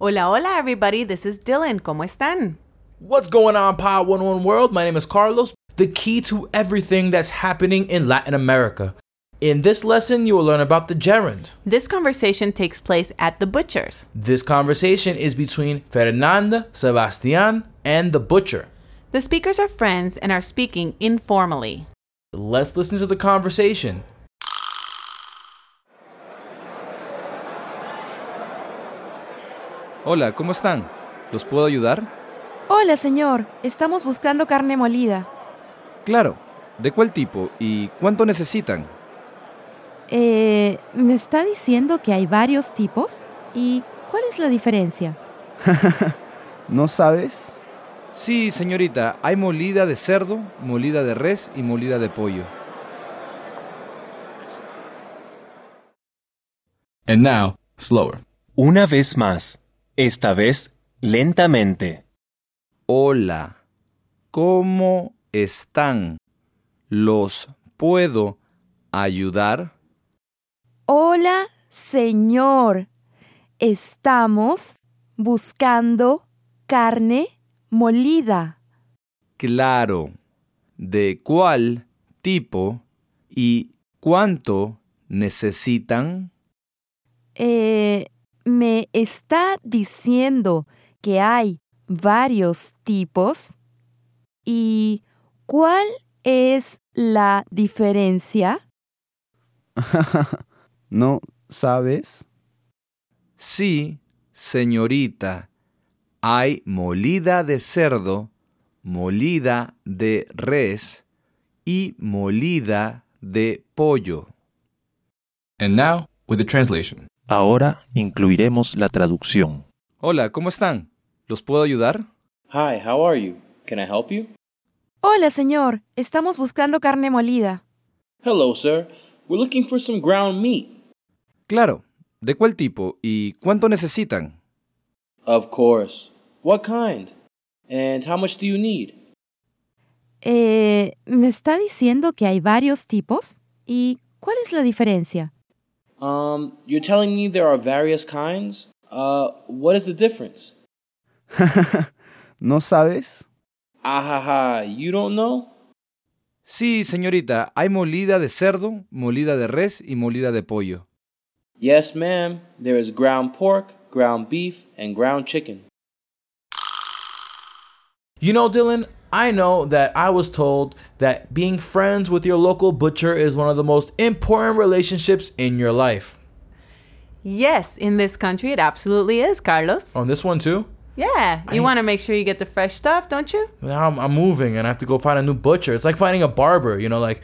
Hola, hola, everybody. This is Dylan. ¿Cómo están? What's going on, Pod 101 World? My name is Carlos, the key to everything that's happening in Latin America. In this lesson, you will learn about the gerund. This conversation takes place at the butcher's. This conversation is between Fernanda, Sebastian, and the butcher. The speakers are friends and are speaking informally. Let's listen to the conversation. Hola, ¿cómo están? ¿Los puedo ayudar? Hola, señor. Estamos buscando carne molida. Claro. ¿De cuál tipo y cuánto necesitan? Eh, ¿me está diciendo que hay varios tipos? ¿Y cuál es la diferencia? ¿No sabes? Sí, señorita, hay molida de cerdo, molida de res y molida de pollo. And now, slower. Una vez más, esta vez lentamente. Hola, ¿cómo están? ¿Los puedo ayudar? Hola, señor. Estamos buscando carne molida. Claro. ¿De cuál tipo y cuánto necesitan? Eh, ¿me está diciendo que hay varios tipos? ¿Y cuál es la diferencia? ¿No sabes? Sí, señorita. Hay molida de cerdo, molida de res y molida de pollo. And now, with the translation. Ahora incluiremos la traducción. Hola, ¿cómo están? ¿Los puedo ayudar? Hi, how are you? Can I help you? Hola, señor. Estamos buscando carne molida. Hello, sir. We're looking for some ground meat. Claro. ¿De cuál tipo y cuánto necesitan? Of course. What kind? And how much do you need? Eh, ¿me está diciendo que hay varios tipos? ¿Y cuál es la diferencia? Um, you're telling me there are various kinds? Uh, what is the difference? ¿No sabes? Ah ha ha, you don't know? Sí, señorita, hay molida de cerdo, molida de res y molida de pollo. Yes, ma'am. There is ground pork, ground beef, and ground chicken. You know, Dylan, I know that I was told that being friends with your local butcher is one of the most important relationships in your life. Yes, in this country, it absolutely is, Carlos. On this one, too? Yeah, you I- want to make sure you get the fresh stuff, don't you? now I'm, I'm moving and I have to go find a new butcher. It's like finding a barber, you know, like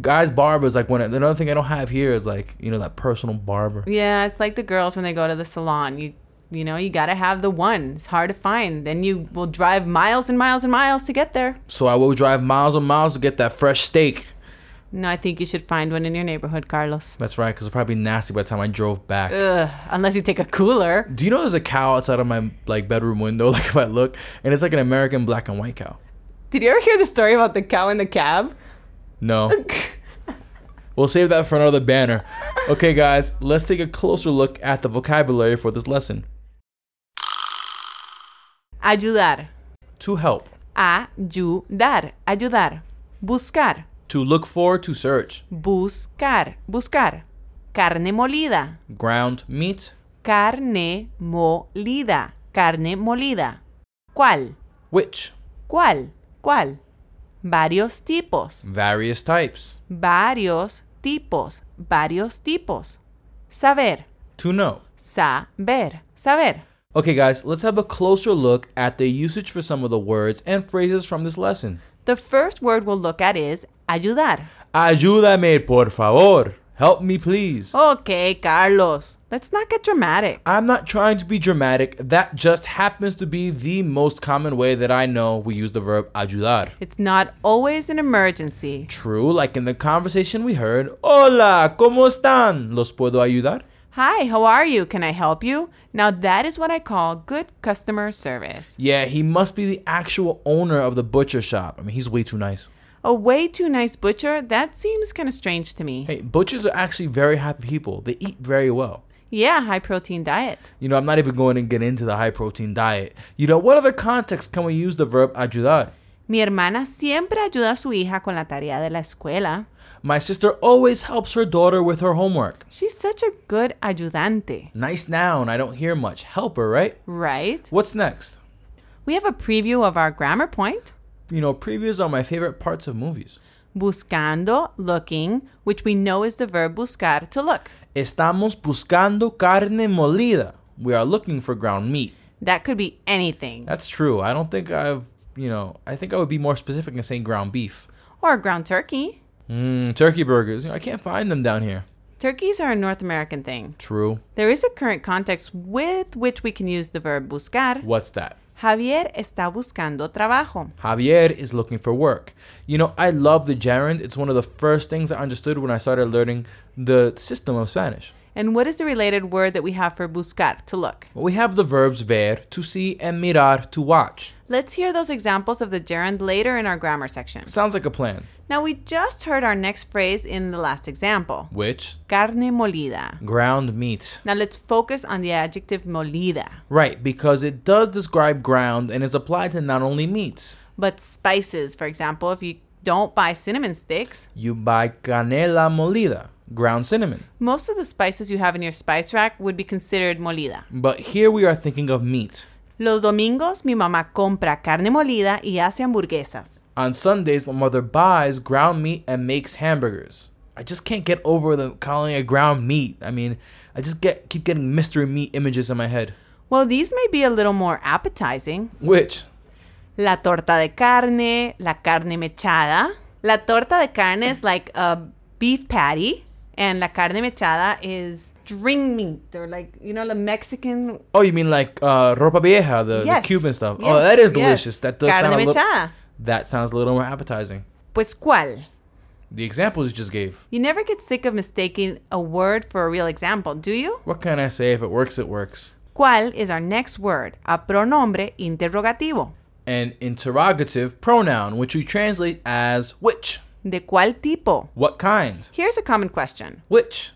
guys' barbers. Like when another thing I don't have here is like you know that personal barber. Yeah, it's like the girls when they go to the salon. You you know, you got to have the one. It's hard to find. Then you will drive miles and miles and miles to get there. So I will drive miles and miles to get that fresh steak. No, I think you should find one in your neighborhood, Carlos. That's right, because it'll probably be nasty by the time I drove back. Ugh, unless you take a cooler. Do you know there's a cow outside of my like bedroom window? Like if I look, and it's like an American black and white cow. Did you ever hear the story about the cow in the cab? No, we'll save that for another banner. Okay, guys, let's take a closer look at the vocabulary for this lesson. Ayudar. To help, Ayudar. Ayudar. Buscar. to look for, to search. Buscar. Buscar. Carne molida. Ground meat, Carne molida. Carne molida. ¿Cuál? which, ¿Cuál? ¿Cuál? Varios tipos. various types. Varios tipos. Varios tipos. Saber. to know. Saber. Saber. Okay, guys, let's have a closer look at the usage for some of the words and phrases from this lesson. The first word we'll look at is ayudar. Ayúdame, por favor. Help me, please. Okay, Carlos. Let's not get dramatic. I'm not trying to be dramatic. That just happens to be the most common way that I know we use the verb ayudar. It's not always an emergency. True, like in the conversation we heard, Hola, ¿cómo están? ¿Los puedo ayudar? Hi, how are you? Can I help you? Now, that is what I call good customer service. Yeah, he must be the actual owner of the butcher shop. I mean, he's way too nice. A way too nice butcher? That seems kind of strange to me. Hey, butchers are actually very happy people. They eat very well. Yeah, high protein diet. You know, I'm not even going to get into the high protein diet. You know, what other context can we use the verb ayudar? Mi hermana siempre ayuda a su hija con la tarea de la escuela. My sister always helps her daughter with her homework. She's such a good ayudante, Nice noun, I don't hear much. Helper, right? right? What's next? We have a preview of our grammar point. You know, previews are my favorite parts of movies. Buscando, looking, which we know is the verb buscar, to look. Estamos buscando carne molida. We are looking for ground meat. That could be anything. That's true. I don't think I've, you know, I think I would be more specific in saying ground beef. Or ground turkey. Mm, turkey burgers. You know, I can't find them down here. Turkeys are a North American thing. True. There is a current context with which we can use the verb buscar. What's that? Javier está buscando trabajo. Javier is looking for work. You know, I love the gerund. It's one of the first things I understood when I started learning the system of Spanish. And what is the related word that we have for buscar, to look? We have the verbs ver, to see, and mirar, to watch. Let's hear those examples of the gerund later in our grammar section. Sounds like a plan. Now, we just heard our next phrase in the last example Which? carne molida. Ground meat. Now, let's focus on the adjective molida, Right, because it does describe ground and is applied to not only meats. but spices, for example, if you don't buy cinnamon sticks, You buy canela molida, ground cinnamon. most of the spices you have in your spice rack would be considered molida. But here we are thinking of meat. Los domingos, mi mamá compra carne molida y hace hamburguesas. On Sundays, my mother buys ground meat and makes hamburgers. I just can't get over the calling it ground meat. I mean, I just get keep getting mystery meat images in my head. Well, these may be a little more appetizing. Which? La torta de carne, la carne mechada. La torta de carne is like a beef patty, and la carne mechada is string meat. They're like, you know, the Mexican. Oh, you mean like uh, ropa vieja, the, the Cuban stuff? oh, yes, that is yes. delicious. That does carne sound a little. mechada. That sounds a little more appetizing. Pues cuál? The examples you just gave. You never get sick of mistaking a word for a real example, do you? What can I say? If it works, it works. ¿Cuál is our next word? A pronombre interrogativo. An interrogative pronoun, which we translate as which. ¿De cuál tipo? What kind? Here's a common question. Which?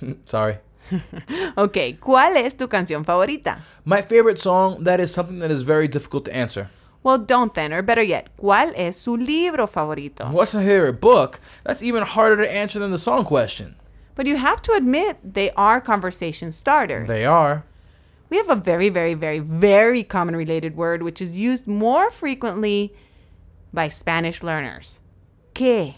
Sorry. Okay, ¿cuál es tu canción favorita? My favorite song, that is something that is very difficult to answer. Well, don't then, or better yet, ¿cuál es su libro favorito? What's my favorite book? That's even harder to answer than the song question. But you have to admit they are conversation starters. They are. We have a very, very, very, very common related word which is used more frequently by Spanish learners. ¿Qué?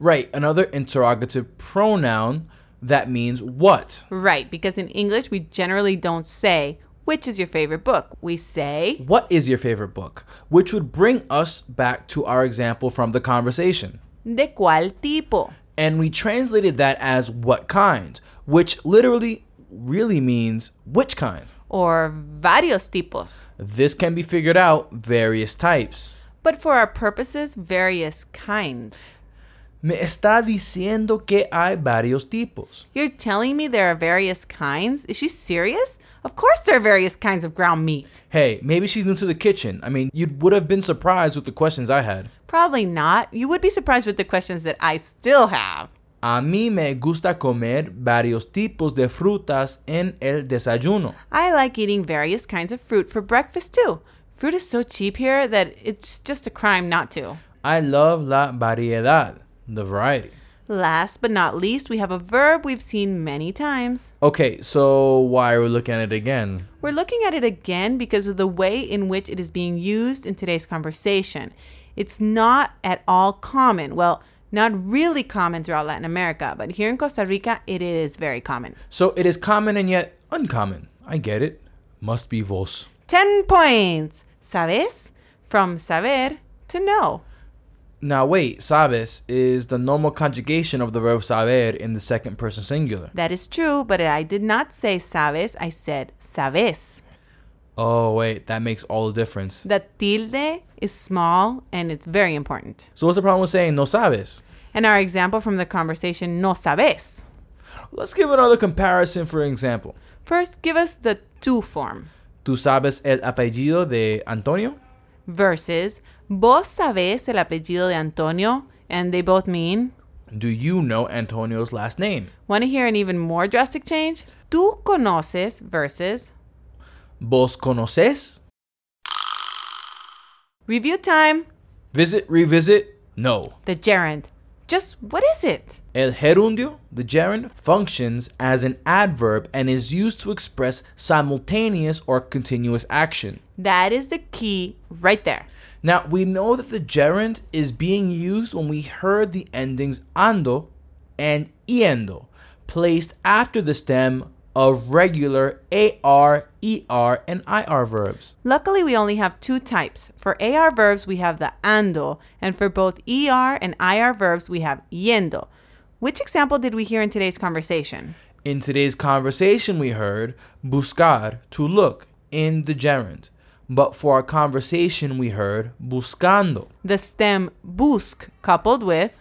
Right, another interrogative pronoun that means what? Right, because in English we generally don't say which is your favorite book. We say What is your favorite book? Which would bring us back to our example from the conversation. de cuál tipo. And we translated that as what kind, which literally really means which kind. or varios tipos. This can be figured out various types. But for our purposes, various kinds. Me está diciendo que hay varios tipos. You're telling me there are various kinds? Is she serious? Of course there are various kinds of ground meat. Hey, maybe she's new to the kitchen. I mean, you would have been surprised with the questions I had. Probably not. You would be surprised with the questions that I still have. A mí me gusta comer varios tipos de frutas en el desayuno. I like eating various kinds of fruit for breakfast too. Fruit is so cheap here that it's just a crime not to. I love la variedad, the variety. Last but not least, we have a verb we've seen many times. Okay, so why are we looking at it again? We're looking at it again because of the way in which it is being used in today's conversation. It's not at all common. Well, not really common throughout Latin America, but here in Costa Rica, it is very common. So it is common and yet uncommon. I get it. Must be vos. 10 points. Sabes? From saber to know. Now wait, sabes is the normal conjugation of the verb saber in the second person singular. That is true, but I did not say sabes, I said sabes. Oh wait, that makes all the difference. The tilde is small and it's very important. So what's the problem with saying no sabes? And our example from the conversation, no sabes. Let's give another comparison for example. First, give us the tu form. ¿Tú sabes el apellido de Antonio? versus vos sabés el apellido de Antonio, and they both mean Do you know Antonio's last name? Want to hear an even more drastic change? Tú conoces versus ¿Vos conoces? review time. Visit, revisit? No. The gerund. Just what is it? El gerundio, the gerund, functions as an adverb and is used to express simultaneous or continuous action. That is the key right there. Now, we know that the gerund is being used when we heard the endings ando and iendo placed after the stem of regular AR, ER, and IR verbs. Luckily, we only have two types. For AR verbs, we have the ando, and for both ER and IR verbs, we have yendo. Which example did we hear in today's conversation? In today's conversation, we heard buscar, to look, in the gerund. But for our conversation, we heard buscando, The stem busc coupled with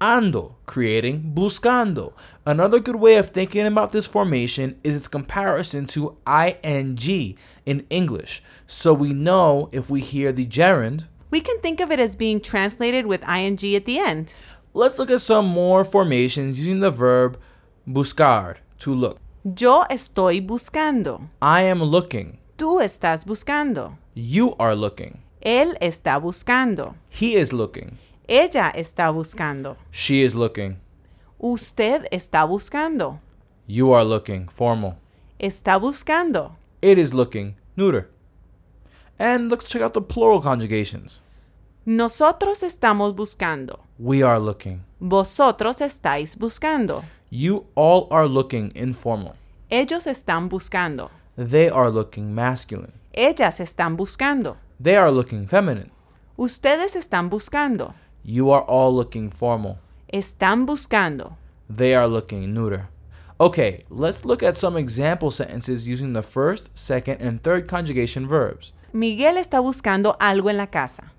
ando, creating buscando. Another good way of thinking about this formation is its comparison to ing in English. So we know if we hear the gerund. we can think of it as being translated with ing at the end. Let's look at some more formations using the verb buscar, to look. Yo estoy buscando. I am looking. Tú estás buscando. You are looking. Él está buscando. He is looking. Ella está buscando. She is looking. Usted está buscando. You are looking formal. Está buscando. It is looking neuter. And let's check out the plural conjugations. Nosotros estamos buscando. We are looking. Vosotros estáis buscando. You all are looking informal. Ellos están buscando. They are looking masculine. Ellas están buscando. They are looking feminine. Ustedes están buscando. You are all looking formal. Están buscando. They are looking neuter. Okay, let's look at some example sentences using the first, second, and third conjugation verbs. Miguel está buscando algo en la casa.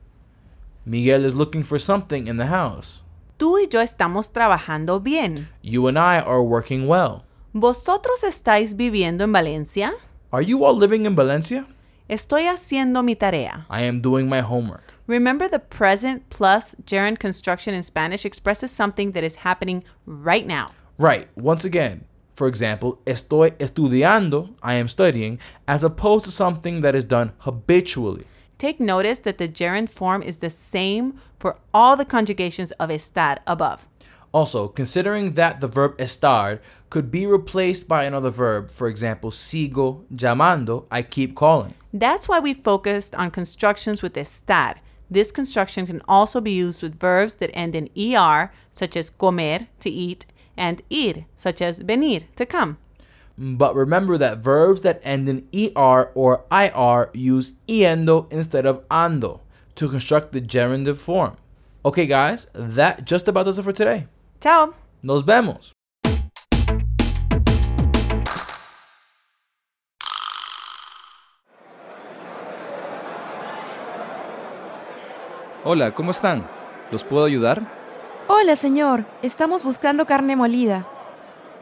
Miguel is looking for something in the house. Tú y yo estamos trabajando bien. You and I are working well. ¿Vosotros estáis viviendo en Valencia? Are you all living in Valencia? Estoy haciendo mi tarea. I am doing my homework. Remember the present plus gerund construction in Spanish expresses something that is happening right now. Right. Once again, for example, estoy estudiando, I am studying, as opposed to something that is done habitually. Take notice that the gerund form is the same for all the conjugations of estar above. Also, considering that the verb estar could be replaced by another verb, for example, sigo llamando, I keep calling. That's why we focused on constructions with estar. This construction can also be used with verbs that end in er, such as comer, to eat, and ir, such as venir, to come. But remember that verbs that end in er or ir use iendo instead of ando to construct the gerundive form. Okay, guys, that just about does it for today. Ciao! Nos vemos. Hola, ¿cómo están? ¿Los puedo ayudar? Hola, señor. Estamos buscando carne molida.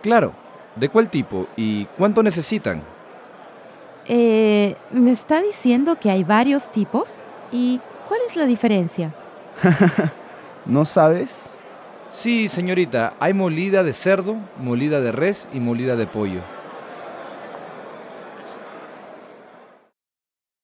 Claro. ¿De cuál tipo y cuánto necesitan? Eh, ¿Me está diciendo que hay varios tipos? ¿Y cuál es la diferencia? ¿No sabes? Sí, señorita, hay molida de cerdo, molida de res y molida de pollo.